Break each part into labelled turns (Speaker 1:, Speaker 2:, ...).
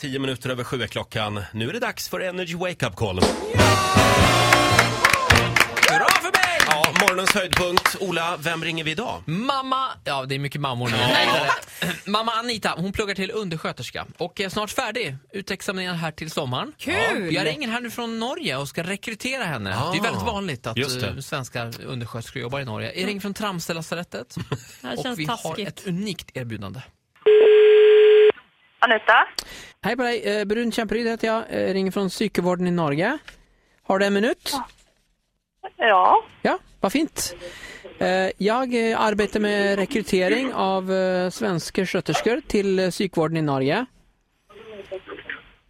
Speaker 1: Tio minuter över sju är klockan. Nu är det dags för Energy Wake Up Call.
Speaker 2: Bra för mig!
Speaker 1: Ja, morgonens höjdpunkt. Ola, vem ringer vi idag?
Speaker 2: Mamma, ja det är mycket mammor nu. Eh, Mamma Anita, hon pluggar till undersköterska och är snart färdig, utexaminerad här till sommaren.
Speaker 3: Kul!
Speaker 2: Jag ringer här nu från Norge och ska rekrytera henne.
Speaker 1: Ah,
Speaker 2: det är väldigt vanligt att
Speaker 1: just det.
Speaker 2: eh, svenska undersköterskor jobbar i Norge. Jag ringer från Tramstelasarettet
Speaker 3: här
Speaker 2: och
Speaker 3: känns
Speaker 2: vi har
Speaker 3: taskigt.
Speaker 2: ett unikt erbjudande.
Speaker 4: Anita?
Speaker 2: Hej på dig, eh, Brun Kämperyd heter jag, eh, ringer från psykevården i Norge. Har du en minut?
Speaker 4: Ja.
Speaker 2: Ja, vad fint. Eh, Jag eh, arbetar med rekrytering av eh, svenska sköterskor till eh, psykvården i Norge.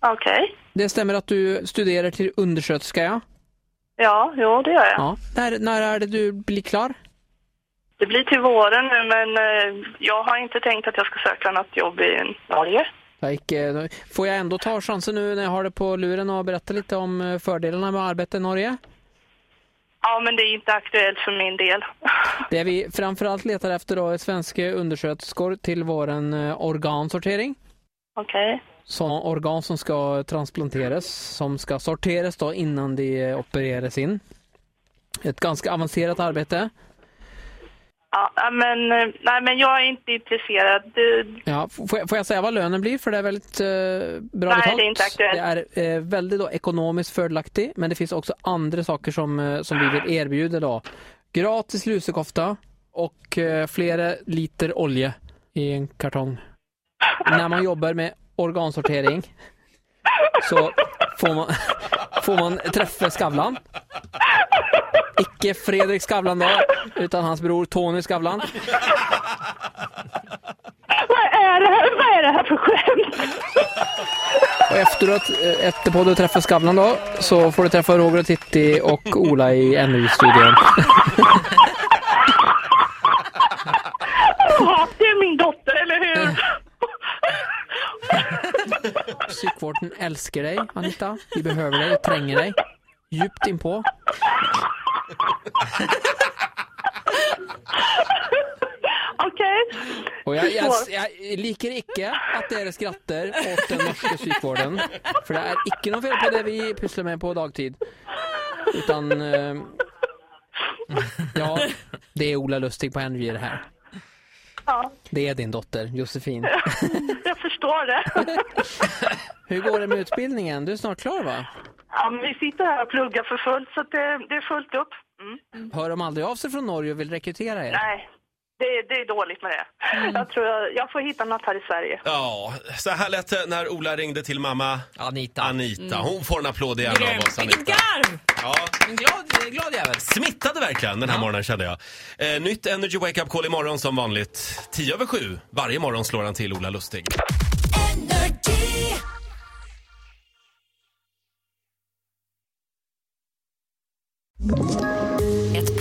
Speaker 4: Okej.
Speaker 2: Det stämmer att du studerar till undersköterska, ja?
Speaker 4: Ja, jo det gör jag.
Speaker 2: ja. När, när är det du blir klar?
Speaker 4: Det blir till våren nu men eh, jag har inte tänkt att jag ska söka något jobb i Norge.
Speaker 2: Jag gick, eh, Får jag ändå ta chansen nu när jag har det på luren och berätta lite om eh, fördelarna med att arbeta i Norge?
Speaker 4: Ja, men det är inte aktuellt för min del.
Speaker 2: Det vi framförallt letar efter då är svenska undersköterskor till vår eh, organsortering.
Speaker 4: Okej.
Speaker 2: sådana organ som ska transplanteras, som ska sorteras då innan de eh, opereras in. Ett ganska avancerat arbete.
Speaker 4: Ja, ja, men, eh, nej, men jag är inte intresserad. Det,
Speaker 2: Ja, f- får, jag, får jag säga vad lönen blir? För det är väldigt eh, bra
Speaker 4: Nej,
Speaker 2: betalt.
Speaker 4: det är inte aktuellt.
Speaker 2: Det är eh, väldigt då, ekonomiskt fördelaktigt, men det finns också andra saker som, eh, som vi vill erbjuda. Då. Gratis lusekofta och eh, flera liter olja i en kartong. När man jobbar med organsortering så får man, får man träffa Skavlan. Icke Fredrik Skavlan då, utan hans bror Tony Skavlan.
Speaker 4: vad, är det här, vad är det här för skämt?
Speaker 2: Och efteråt, eh, efter på du träffar Skavlan då, så får du träffa Roger och Titti och Ola i NU-studion.
Speaker 4: Ja, det är min dotter, eller hur?
Speaker 2: Psykvården älskar dig, Anita. Vi behöver dig och tränger dig. Djupt inpå.
Speaker 4: Okej.
Speaker 2: Och jag, jag, jag liker icke att dere skrattar åt den norska psykvården. För det är icke något fel på det vi pysslar med på dagtid. Utan... Eh, ja, det är Ola Lustig på NU det här.
Speaker 4: Ja,
Speaker 2: Det är din dotter, Josefin.
Speaker 4: jag förstår det.
Speaker 2: Hur går det med utbildningen? Du är snart klar va?
Speaker 4: Ja, men vi sitter här och pluggar för fullt, så att det, det är fullt upp. Mm.
Speaker 2: Hör de aldrig av sig från Norge och vill rekrytera er?
Speaker 4: Nej, det, det är dåligt med det. Jag tror jag, jag får hitta något här i Sverige.
Speaker 1: Ja, så här lät det när Ola ringde till mamma
Speaker 2: Anita.
Speaker 1: Anita. Hon får en applåd igen av
Speaker 3: Grymt!
Speaker 1: oss,
Speaker 3: Vilket
Speaker 1: Anita.
Speaker 3: garv!
Speaker 1: Ja.
Speaker 2: En glad, glad jävel.
Speaker 1: Smittade verkligen den här morgonen kände jag. Eh, nytt Energy Wake Up Call imorgon som vanligt. 10 över 7. Varje morgon slår han till Ola Lustig.
Speaker 5: Ett